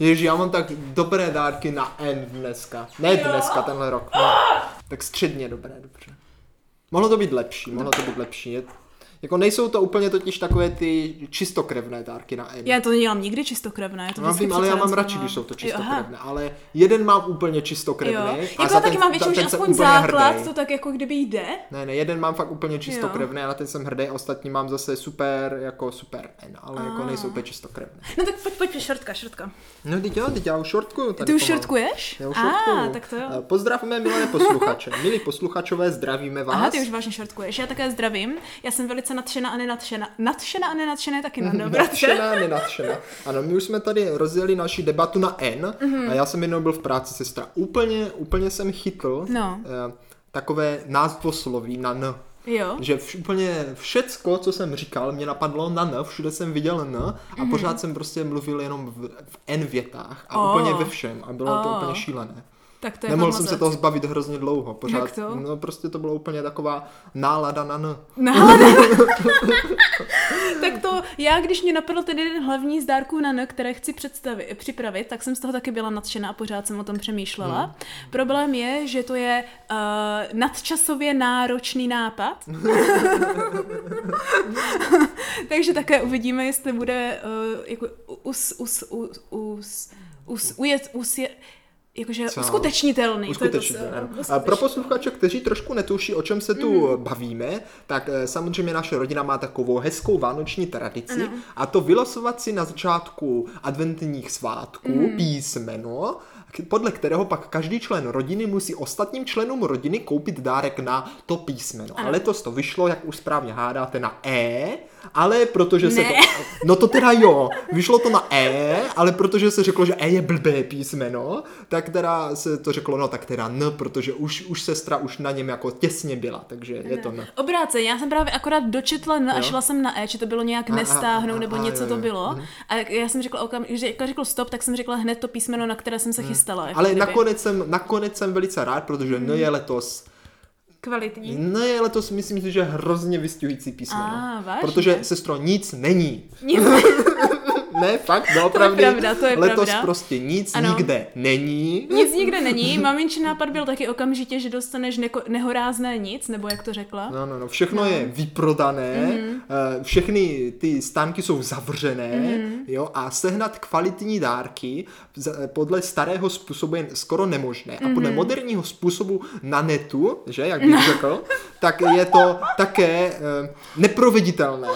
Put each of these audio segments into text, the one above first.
Ježi, já mám tak dobré dárky na N dneska. Ne Jo? dneska, tenhle rok. No. Tak středně dobré, dobře. Mohlo to být lepší, mohlo to být lepší. Je, jako nejsou to úplně totiž takové ty čistokrevné dárky na N. Já to nedělám nikdy čistokrevné. To Já vždycky vím, ale já mám přece radši, nazývám. když jsou to Jo, aha. čistokrevné, ale jeden mám úplně čistokrevný. Jo. a Jako já za taky mám za většinou, že jsem aspoň úplně základ, hrdý. to tak jako kdyby jde. Ne, ne, jeden mám fakt úplně čistokrevný, ale ten jsem hrdý a ostatní mám zase super, jako super N, ale jako nejsou úplně čistokrevné. No tak pojď, pojď, šortka, šortka. No teď jo, teď já už šortkuju. tady Ty už pomalu. šortkuješ? Já už A, šortkuju. tak to jo. Eh, Pozdravme milé posluchače. Milí posluchačové, zdravíme vás. Aha, ty už vážně šortkuješ. Já také zdravím. Já jsem velice nadšená a nenadšená. Nadšená a nenadšená je taky na dobratře. Nadšená, nenadšená. Ano, my už jsme tady rozjeli naši debatu na N Mhm. a já jsem jednou byl v práci sestra. Úplně, úplně jsem chytl No. eh, takové názvosloví na N. Jo. Že vš, úplně všecko, co jsem říkal, mě napadlo na N, všude jsem viděl N a Mhm. pořád jsem prostě mluvil jenom v, v N větách a Oh. úplně ve všem a bylo to Oh. úplně šílené. Tak to je Nemohl fakt jsem se mazec. toho zbavit hrozně dlouho. Pořád, Jak to? No prostě to bylo úplně taková nálada na N. Nálada. No, tak to, já když mě napadl ten jeden hlavní z dárků na N, které chci představit, připravit, tak jsem z toho taky byla nadšená a pořád jsem o tom přemýšlela. Hmm. Problém je, že to je uh, nadčasově náročný nápad. Takže také uvidíme, jestli bude uh, jako us, us, us, us, us, ujet, ujet, jakože Co? uskutečnitelný. to je eh, to Uskutečnitelné, slovo, ano. A uskutečnitelný. Pro posluchače, kteří trošku netuší, o čem se tu Mhm. bavíme, tak eh, samozřejmě naše rodina má takovou hezkou vánoční tradici a to vylosovat si na začátku adventních svátků Mhm. písmeno, k- podle kterého pak každý člen rodiny musí ostatním členům rodiny koupit dárek na to písmeno. A letos to vyšlo, jak už správně hádáte, na E, ale protože se Ne. to... No to teda jo, vyšlo to na E, ale protože se řeklo, že E je blbé písmeno, tak teda se to řeklo, no tak teda N, protože už, už sestra už na něm jako těsně byla, takže je to N. Obráceně, já jsem právě akorát dočetla N a Jo. šla jsem na E, že to bylo nějak a, nestáhnout a, nebo a, něco jo, to jo. Mhm. bylo. A jak- já jsem řekla, okam, že jako řekl stop, tak jsem řekla hned to písmeno, na které jsem se chystala. jako Mhm. Ale kdyby. Hmm. nakonec jsem, nakonec jsem velice rád, protože N je letos, Kvalitní. N je letos myslím si, že hrozně vystihující písmeno. A, vážně? protože sestro nic není. Nic. Ne, fakt, doopravdy. pravda, to je Letos pravda. prostě nic Ano. nikde není. Nic nikde není. Maminčin nápad byl taky okamžitě, že dostaneš neko- nehorázné nic, nebo jak to řekla. No, no, no, všechno je vyprodané, mm-hmm. všechny ty stánky jsou zavřené, mm-hmm. jo, a sehnat kvalitní dárky za- podle starého způsobu je skoro nemožné. A podle moderního způsobu na netu, že, jak bych řekl, tak je to také eh, neproveditelné.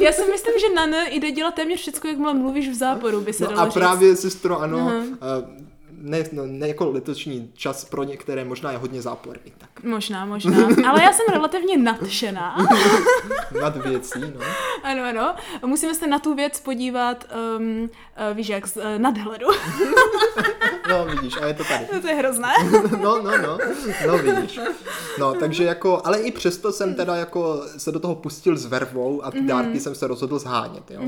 Já si myslím, že na N jde dělat téměř všechno, jakmile mluvíš v záporu, by se No dalo a říct. právě, sestro, ano, eh, ne, no, ne jako letoční čas pro některé možná je hodně záporný, tak Možná, možná. Ale já jsem relativně nadšená. nad věcí, no. Ano, ano. Musíme se na tu věc podívat, um, uh, víš jak, z uh, nadhledu. No, vidíš, a je to tady. to je hrozné. No, no, no, no vidíš. No, takže jako, ale i přesto Mm. jsem teda jako se do toho pustil s vervou Mm-hmm. a ty dárky jsem se rozhodl zhánět, jo.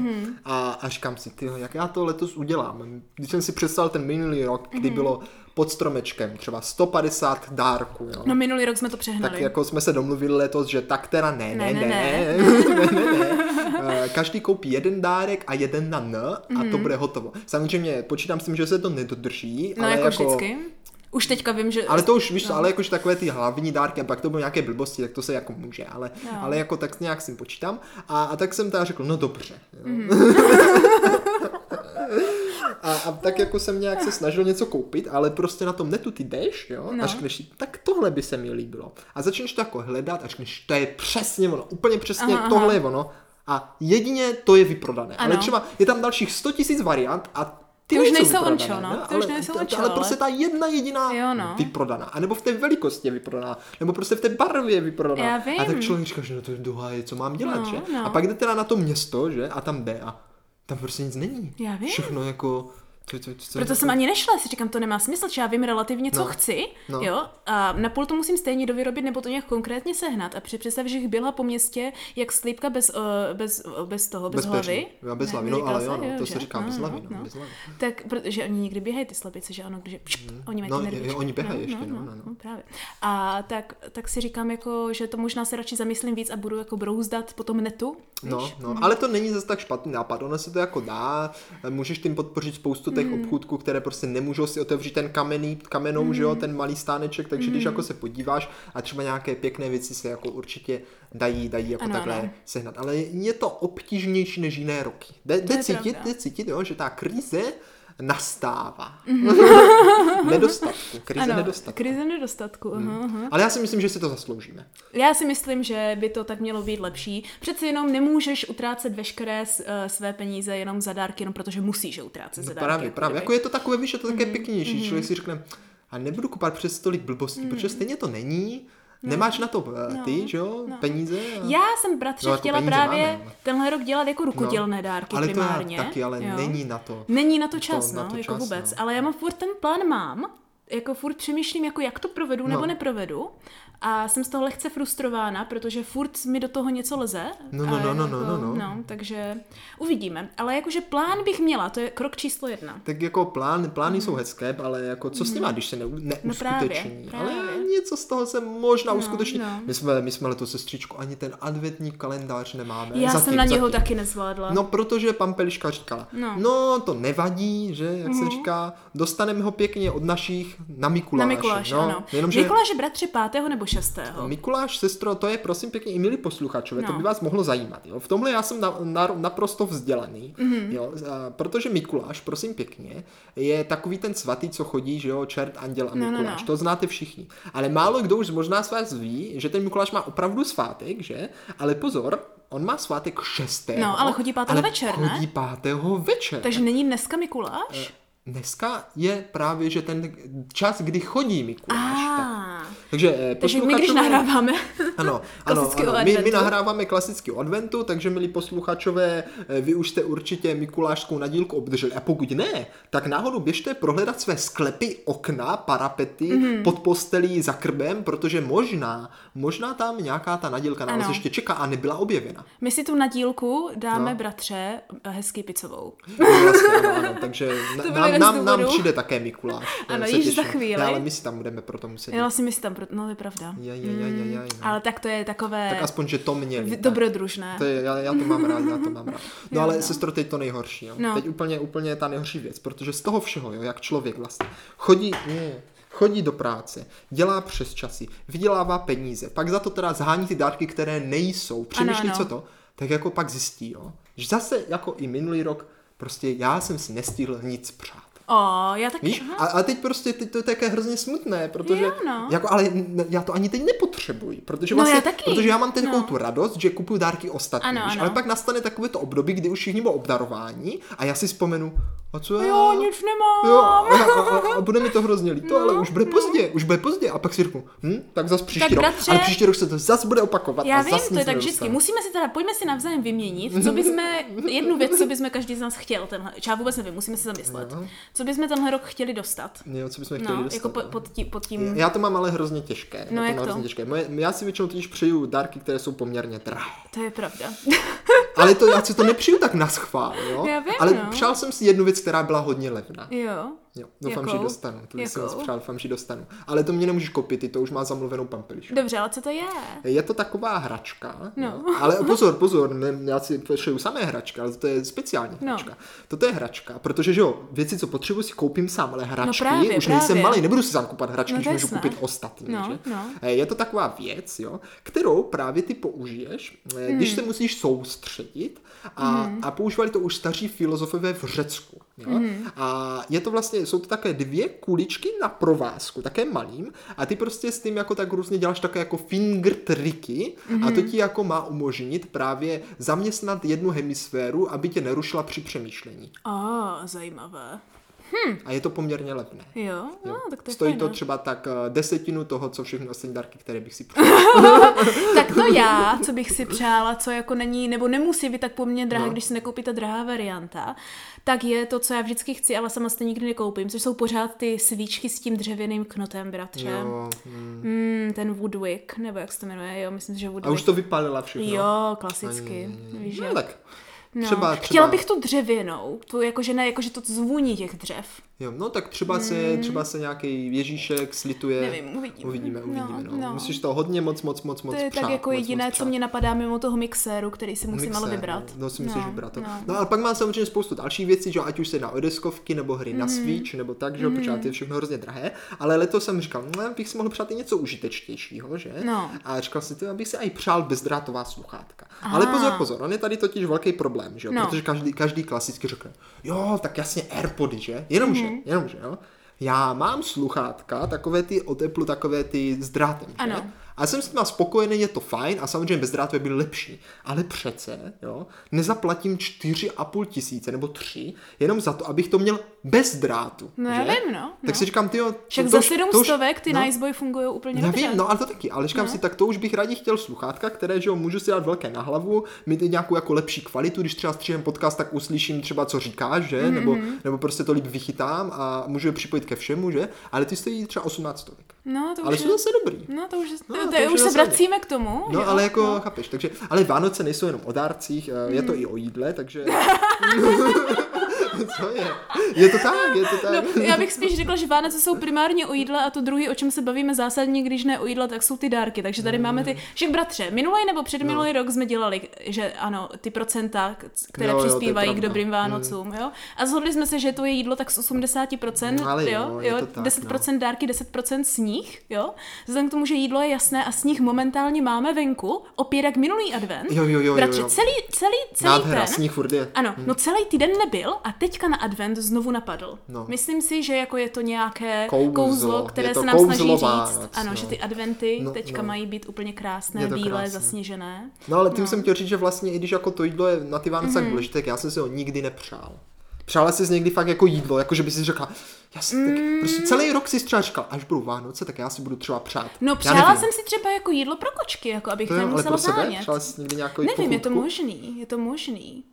A, a říkám si, ty, jak já to letos udělám. Když jsem si představil ten minulý rok, Mm-hmm. kdy bylo pod stromečkem třeba 150 dárků, jo. No minulý rok jsme to Tak přehnali. jako jsme se domluvili letos, že tak teda ne, ne, ne, Ne, ne, ne, ne, ne, ne. Eh, Každý koupí jeden dárek a jeden na N a to Mm-hmm. bude hotovo. Samozřejmě počítám s tím, že se to nedodrží, no ale jako, vždycky. Už teďka vím, že... ale to už víš, no. ale jakože takové ty hlavní dárky, a pak to budou nějaké blbosti, tak to se jako může, ale, Jo. ale jako tak nějak si počítám. A, a tak jsem teda řekl, no dobře. jo. Mhm. a, a tak jako jsem nějak se snažil něco koupit, ale prostě na tom netu ty jdeš, jo, no. a No. řekneš si, tak tohle by se mi líbilo. A začneš to jako hledat a řekneš, to je přesně ono, úplně přesně Aha, aha, aha. tohle je ono. A jedině to je vyprodané. Ale Ano. třeba je tam dalších 100 000 variant a ty, Ty už nejsou nejsou vyprodané, ončo, no. ne? Ty už Ale- nejsou ale- ončo, Ale ale- prostě ta jedna jediná Jo, no. vyprodaná. A nebo v té velikosti je vyprodaná. Nebo prostě v té barvě je vyprodaná. Já A tak vím. člověk říká, že no to je doháje, co mám dělat, No, že? no. A pak jde teda na to město, že? A tam jde a tam prostě nic není. Já vím. Všechno jako... Co, co, co, Proto jsem ani nešla, si říkám, to nemá smysl, že já vím relativně, co No. chci, No. jo, a na půl to musím stejně dovyrobit nebo to nějak konkrétně sehnat. A při představ, že jich byla po městě, jak slípka bez, eh, bez, bez toho, bez, Bez hlavy. peří. Jo, bez Ne, hlavy, no, říkala ale se, jo, no, to že? se říká bez hlavy, no, bez hlavy. Tak, protože oni někdy běhají ty slepice, že ano, když pšt, oni mají No, ty jo, nervičky. oni běhají ještě, no, no, no. právě. A tak, tak si říkám, jako, že to možná se radši zamyslím víc a budu jako brouzdat po tom netu. No, no, Mm. ale to není zase tak špatný nápad, ono se to jako dá, můžeš tím podpořit spoustu Mm. těch obchůdků, které prostě nemůžou si otevřít ten kamenný, kamenou, že Mm. jo, ten malý stáneček, takže když jako se podíváš a třeba nějaké pěkné věci se jako určitě dají, dají jako Ano, takhle ano. sehnat, ale je to obtížnější než jiné roky. Jde, To jde je cítit, pravda. jde cítit, jo, že ta krize nastává. nedostatku, krize Mhm. Ano, nedostatku. Mhm. krize nedostatku. Aha, aha. Ale já si myslím, že si to zasloužíme. Já si myslím, že by to tak mělo být lepší. Přeci jenom nemůžeš utrácet veškeré s- eh, své peníze jenom za dárky, jenom protože musíš je utrácet za No dárky. právě, jako právě. kdyby. Jako je to takové, víš, je to Mhm, také pěknější. Člověk si řekne, a nebudu kupovat přes tolik blbostí, protože stejně to není, nemáš na to eh, Mhm. No. ty, že jo, No. peníze. a- Já jsem, bratře, No, jako chtěla peníze právě máme, ale- tenhle rok dělat jako no. rukodělné dárky ale primárně. to já taky, ale jo. není na to. Není na to čas, na no, to jako čas, vůbec. no. Ale já mám furt ten plán, mám. Jako furt přemýšlím, jako jak to provedu nebo No. neprovedu. A jsem z toho lehce frustrována, protože furt mi do toho něco leze. No, no, A no, no, jako, no, no, no. no. Takže uvidíme. Ale jakože plán bych měla, to je krok číslo jedna. Tak jako plán, plány jsou hezké, ale jako co s nima, když se ne, neuskuteční. Mhm. No právě, Ale právě. něco z toho se možná uskuteční. no. My, jsme, my jsme letos sestřičko ani ten adventní kalendář nemáme. Já zatím, jsem na něho zatím. taky nezvládla. No, protože pan Peliška říkala, No. no, Mhm. to nevadí, že, jak se říká, dostaneme ho pěkně od našich na na Mikuláše. Mikuláš, no. ano. Jenomže No, Mikuláš... Mikuláš je bratře 5. nebo 6. Mikuláš, sestro, to je prosím pěkně i milí posluchačové, to No. by vás mohlo zajímat. Jo? V tomhle já jsem na, na, naprosto vzdělaný, Mhm. jo? A, protože Mikuláš, prosím pěkně, je takový ten svatý, co chodí, že jo, čert, anděl a No, no, Mikuláš. no. To znáte všichni. Ale málo kdo už z- možná z vás ví, že ten Mikuláš má opravdu svátek, že? Ale pozor, on má svátek 6. No, ale chodí pátého ale večer, ne? chodí pátého večer. Takže není dneska Mikuláš? Dneska je právě, že ten čas, kdy chodí Mikuláš. Eh, tak. A, Takže, eh, takže my, když posluchačové- nahráváme. ano, ano, Klasicky o ano. My, my adventu. nahráváme klasicky o adventu, takže milí posluchačové, eh, vy už jste určitě mikulášskou nadílku obdrželi. A pokud ne, tak náhodou běžte prohledat své sklepy, okna, parapety, Mhm. mm. pod postelí, za krbem, protože možná, možná tam nějaká ta nadílka na nás Ano. ještě čeká a nebyla objevena. My si tu nadílku dáme, No. bratře, eh, hezky picovou. No, vlastně, ano, ano, takže na- byl jeden nám, z nám, nám důvodů. přijde také Mikuláš. Ano, se již za těším. chvíli. Ne, ale my si tam budeme proto muset Já si myslím, tam, pro- no to je pravda. Jaj, jaj, jaj, jaj, jaj, no. Mm, Ale tak to je takové Tak aspoň, že to měli. v- tak. dobrodružné. To je, já, já to mám rád, já to mám rád. No ale sestro, teď to nejhorší, jo. No. Teď úplně, úplně ta nejhorší věc, protože z toho všeho, jo, jak člověk vlastně chodí, je, chodí do práce, dělá přes časy, vydělává peníze, pak za to teda zhání ty dárky, které nejsou, přemýšlí, ano. no. co to, tak jako pak zjistí, jo, že zase jako i minulý rok, prostě já jsem si nestihl nic přát. O, já taky. Víš? aha. A, a teď prostě teď to je také hrozně smutné, protože Jo, no. jako, ale n- já to ani teď nepotřebuji, protože No, vlastně, já taky. protože já mám teď No. takovou tu radost, že kupuju dárky ostatním, Ano, víš? ano. ale pak nastane takové to období, kdy už všichni budou obdarováni a já si vzpomenu, a co já? Jo, nic nemám. Jo, a, a, a, a bude mi to hrozně líto, ale už bude pozdě, už bude pozdě. A pak si řeknu, hm, tak zas příští no. Tak rok. bratře- Ale příští rok se to zas bude opakovat. Já a vím, zas to nic je tak vždycky. nedostanu. Musíme si teda, pojďme si navzájem vyměnit, co bychom, jednu věc, co bychom každý z nás chtěl, tenhle, já vůbec nevím, musíme se zamyslet, Jo. co bychom tenhle rok chtěli dostat. Jo, co bychom No. chtěli No, dostat, jako po, no. pod, tí, pod tím, Já to mám ale hrozně těžké. No, já jak to? mám to? Hrozně těžké. Moje, já si většinou totiž přeju dárky, které jsou poměrně drahé. to je pravda. Ale to, já si to nepřiju tak na schvál, jo? Já vím, Ale no. přál jsem si jednu věc, která byla hodně levná. Jo. Jo, doufám, Jakou? že dostanu. To bych si Jakou? moc přál, doufám, že dostanu. Ale to mě nemůžeš kopit, ty to už má zamluvenou pampelišku. Dobře, ale co to je? Je to taková hračka, No. jo. ale pozor, pozor, ne, já si přeju samé hračky, ale to je speciální No. hračka. Toto je hračka, protože že jo, věci, co potřebuji, si koupím sám, ale hračky, No právě, už nejsem právě. malý, nebudu si sám kupovat hračky, No když to je můžu jasné. koupit ostatní. No, že? no. Eh, Je to taková věc, jo, kterou právě ty použiješ, eh, Hmm. když se musíš soustředit a, a používali to už staří filozofové v Řecku. Jo? Hmm. A je to vlastně, jsou to také dvě kuličky na provázku, také malým, a ty prostě s tím jako tak různě děláš také jako finger triky a Hmm. to ti jako má umožnit právě zaměstnat jednu hemisféru, aby tě nerušila při přemýšlení. A, zajímavé. Hmm. A je to poměrně levné. Jo, no, tak to je Stojí fajn, to no. třeba tak eh, desetinu toho, co všechny ostatní dárky, které bych si přál. Tak to já, co bych si přála, co jako není, nebo nemusí být tak po mně drahá, No. no. když si nekoupí ta drahá varianta, tak je to, co já vždycky chci, ale sama to nikdy nekoupím, což jsou pořád ty svíčky s tím dřevěným knotem, bratře. Jo, hm. Mm, ten Woodwick, nebo jak se to jmenuje, jo, myslím, že Woodwick. A už to vypálila všechno. Jo, klasicky. Víš, No jak. tak. No. Třeba, třeba, Chtěla bych tu dřevěnou, tu jakože ne, jakože to zvuní těch dřev. Jo, no tak třeba se, třeba se nějaký Ježíšek slituje. Hmm. Nevím, uvidíme. Uvidíme, No, uvidíme. No, no. Musíš to hodně moc, moc, moc, moc To je přát, tak jako moc, jediné, moc co přát. mě napadá mimo toho mixéru, který si musím ale Mixer, vybrat. No, no si musíš No, vybrat to. No. no. no ale pak má samozřejmě spoustu dalších věcí, že jo, ať už se na odeskovky nebo hry Hmm. na Switch nebo tak, že jo, mm je všechno hrozně drahé, ale letos jsem říkal, no, bych si mohl přát i něco užitečnějšího, že? No. A říkal si, abych si i přál bezdrátová sluchátka. Ale pozor, pozor, on je tady totiž velký problém, že jo, No. protože každý, každý klasicky řekne, jo, tak jasně AirPody, že? Jenomže, Mhm. jenomže, jo. Já mám sluchátka, takové ty od Apple, takové ty s drátem, že? Ano. A jsem s tím spokojený, je to fajn a samozřejmě bezdrátové byly lepší. Ale přece, jo, nezaplatím 4,5 tisíce nebo 3, jenom za to, abych to měl bez drátu. No že? já vím, no, Tak no. si říkám, ty jo, Však za sedm stovek ty no. Niceboy fungují úplně já dobře. vím, no ale to taky, ale říkám no. si, tak to už bych raději chtěl sluchátka, které, že jo, můžu si dát velké na hlavu, mít i nějakou jako lepší kvalitu, když třeba stříhem podcast, tak uslyším třeba, co říkáš, že, Mhm, mm-hmm. nebo, nebo prostě to líp vychytám a můžu je připojit ke všemu, že, ale ty stojí třeba 18 stovek. No, to Ale už jsou je- zase dobrý. No, to už, No, to, to, to už už je se zase- vracíme k tomu. No, jo? ale jako, no. chápeš, takže, ale Vánoce nejsou jenom o dárcích, eh, je to Mhm. i o jídle, takže... Co je? Je to tak, je to tak. No, já bych spíš řekla, že Vánoce jsou primárně o jídle a to druhý, o čem se bavíme zásadně, když ne o jídle, tak jsou ty dárky. Takže tady máme Mm. ty. Však bratře, minulý nebo předminulý rok jsme dělali, že ano, ty procenta, k- které No. Jo, jo, to je přispívají k pravda. Mm. dobrým Vánocům, jo. A shodli jsme se, že to je jídlo tak z 80%, No, ale jo, jo, je to tak, 10% dárky, 10% sníh, jo. Vzhledem k tomu, že jídlo je jasné a sníh momentálně máme venku, opět jak minulý advent. Jo, jo, jo, jo, bratře, jo. celý, celý, celý Nádhera, ten. sníh furt je. Ano, no celý týden nebyl a teďka na advent znovu napadl. No. Myslím si, že jako je to nějaké Kouzlo, kouzlo, je kouzlo které to se nám snaží kouzlo říct. Vánoc, ano, no. že ty adventy No, teďka no. mají být úplně krásné, Je to bílé, krásné. zasněžené. No ale tím jsem chtěl říct, že vlastně i když jako to jídlo je na ty Vánoce Mhm. tak důležité, tak já jsem si ho nikdy nepřál. Přála jsi někdy fakt jako jídlo, jako že by si řekla, jasně, tak Mm. prostě celý rok si třeba říkal, až budou Vánoce, tak já si budu třeba přát. No Já přála nevím. jsem si třeba jako jídlo pro kočky, jako abych to to jo, ale nemusela pro sebe, zánět. přála jsi někdy nějakou Nevím, je to pochutku? možný, je to možný.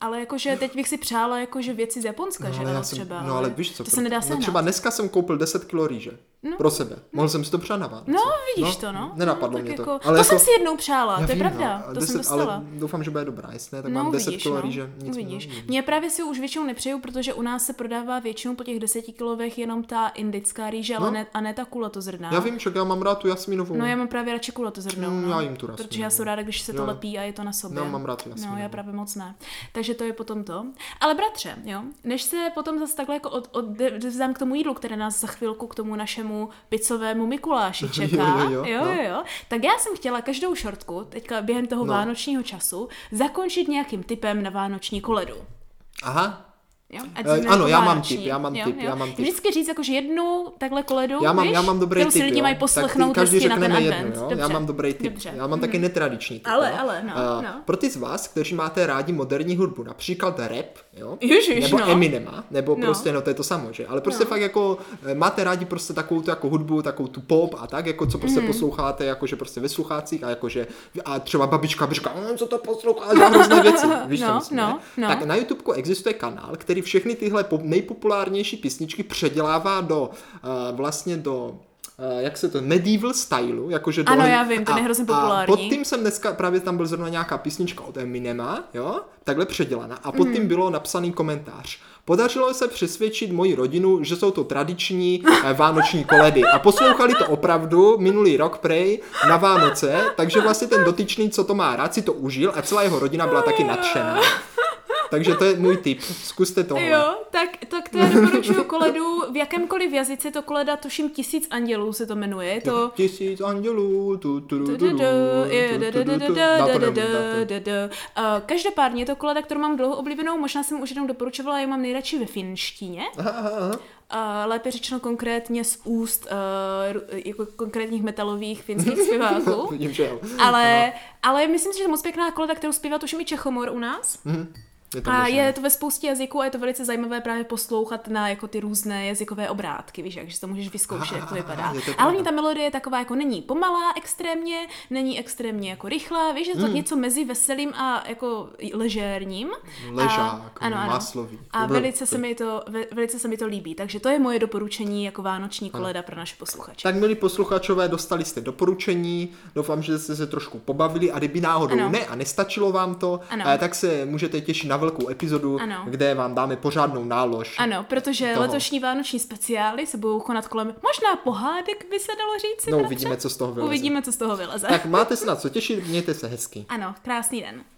Ale jakože teď bych si přála jakože věci z Japonska, že ale ano, jsem- třeba. no ale víš co, to pro- se nedá no, sehnat. třeba dneska jsem koupil 10 kg rýže no. pro sebe. Mohl jsem si to přát na Vánoce. No, vidíš to, no. Nenapadlo no, tak mě to. Jako... Ale to jako- jsem si jednou přála, Já to je vím, pravda, a to jsem ale dostala. doufám, že bude dobrá, jestli ne, tak No, mám 10 uvidíš, kg no. rýže. Nic uvidíš. moc. Mě právě si už většinou nepřeju, protože u nás se prodává většinou po těch 10 kilovech jenom ta indická rýže, ale No. ne, a ne ta kulatozrná. Já vím, že já mám rád tu jasminovou. No já mám právě radši kulatozrnou. Jako- Mm, no. já jím tu Protože já jasminovou. jsem ráda, když se to Jo. lepí a je to na sobě. No, mám rád tu No, jasminovou. já právě moc ne. Takže to je potom to. Ale bratře, jo, než se potom zase takhle jako od, od, odevzdám k tomu jídlu, které nás za chvilku k tomu našemu picovému Mikuláši čeká, jo, jo, no. jo, jo, tak já jsem chtěla každou šortku teďka během toho No. vánočního času zakončit nějakým typem na vánoční koledu. Aha, Jo? Ať Eh, jsme ano, jako já mám vánoční. tip, já mám tip, já mám tip. Vždycky říct jako, že jednu takhle koledu, já mám, víš, já mám dobrý kterou tip, si lidi jo. mají Tak poslechnout ty každý prostě na ten řekneme advent. Jedno, jo? Dobře. Já mám dobrý tip, Dobře. Mhm. já mám taky netradiční tip. Ale, jo. ale, no, Eh, no. Pro ty z vás, kteří máte rádi moderní hudbu, například rap, jo? Ježiš, nebo no. Eminema, nebo No. prostě, no to je to samo, že? Ale prostě No. fakt jako, eh, máte rádi prostě takovou tu jako hudbu, takovou tu pop a tak, jako co Mhm. prostě posloucháte, jakože prostě ve sluchácích a jakože, a třeba babička by říkala, "Mm, co to posloucháš, za hrozné věci, víš, co No, myslím, no, ne? no. Tak na YouTubeku existuje kanál, který všechny tyhle po- nejpopulárnější písničky předělává do eh, vlastně do eh, jak se to, medieval stylu, jakože do... Ano, já vím, ten je hrozně populární. A pod tím jsem dneska, právě tam byl zrovna nějaká písnička od Eminema, jo, takhle předělaná. A pod tím bylo napsaný komentář. Podařilo se přesvědčit moji rodinu, že jsou to tradiční eh, vánoční koledy. A poslouchali to opravdu minulý rok prej na Vánoce, takže vlastně ten dotyčný, co to má rád, si to užil a celá jeho rodina byla taky nadšená. Takže to je můj tip. Zkuste tohle. Jo, tak, tak to já doporučuju koledu v jakémkoliv jazyce, to koleda tuším tisíc andělů se to jmenuje, je to... Tisíc andělů. tu, tu, tu, tu, tu, Du-du-du, je, tu, tu, tu, tu. Já to neumím, já to- du-du-du-du-du-du-du. Eh, Každopádně je to koleda, kterou mám dlouho oblíbenou, možná jsem už jednou doporučovala, já mám nejradši ve finštině. Aha, aha, aha. A lépe řečeno konkrétně z úst eh, ru- jako konkrétních metalových finských zpěváků. Vidím, že jo. Ale, ale myslím si, že je moc pěkná koleda, kterou zpívá tuším i Čechomor u nás. Je Mm, to A možné. je to ve spoustě jazyků a je to velice zajímavé právě poslouchat na jako ty různé jazykové obrátky, víš, jak, že to můžeš vyzkoušet, jak to Ah, vypadá. je to A hlavně pravda. ta melodie je taková jako není pomalá extrémně, není extrémně jako rychlá, víš, že Hmm. to něco mezi veselým a jako ležérním. Ležák, a, ano, ano. máslový. A Brr. velice se, mi to, ve- velice se mi to líbí, takže to je moje doporučení jako vánoční koleda pro naše posluchače. Tak milí posluchačové, dostali jste doporučení, doufám, že jste se trošku pobavili a kdyby náhodou Ano. ne a nestačilo vám to, Ano. eh, tak se můžete těšit na velkou epizodu, Ano. kde vám dáme pořádnou nálož. Ano, protože Toho. letošní vánoční speciály se budou konat kolem možná pohádek, by se dalo říct. No bratře? uvidíme, co z toho vyleze. Uvidíme, co z toho vyleze. Tak máte se na co těšit, mějte se hezky. Ano, krásný den.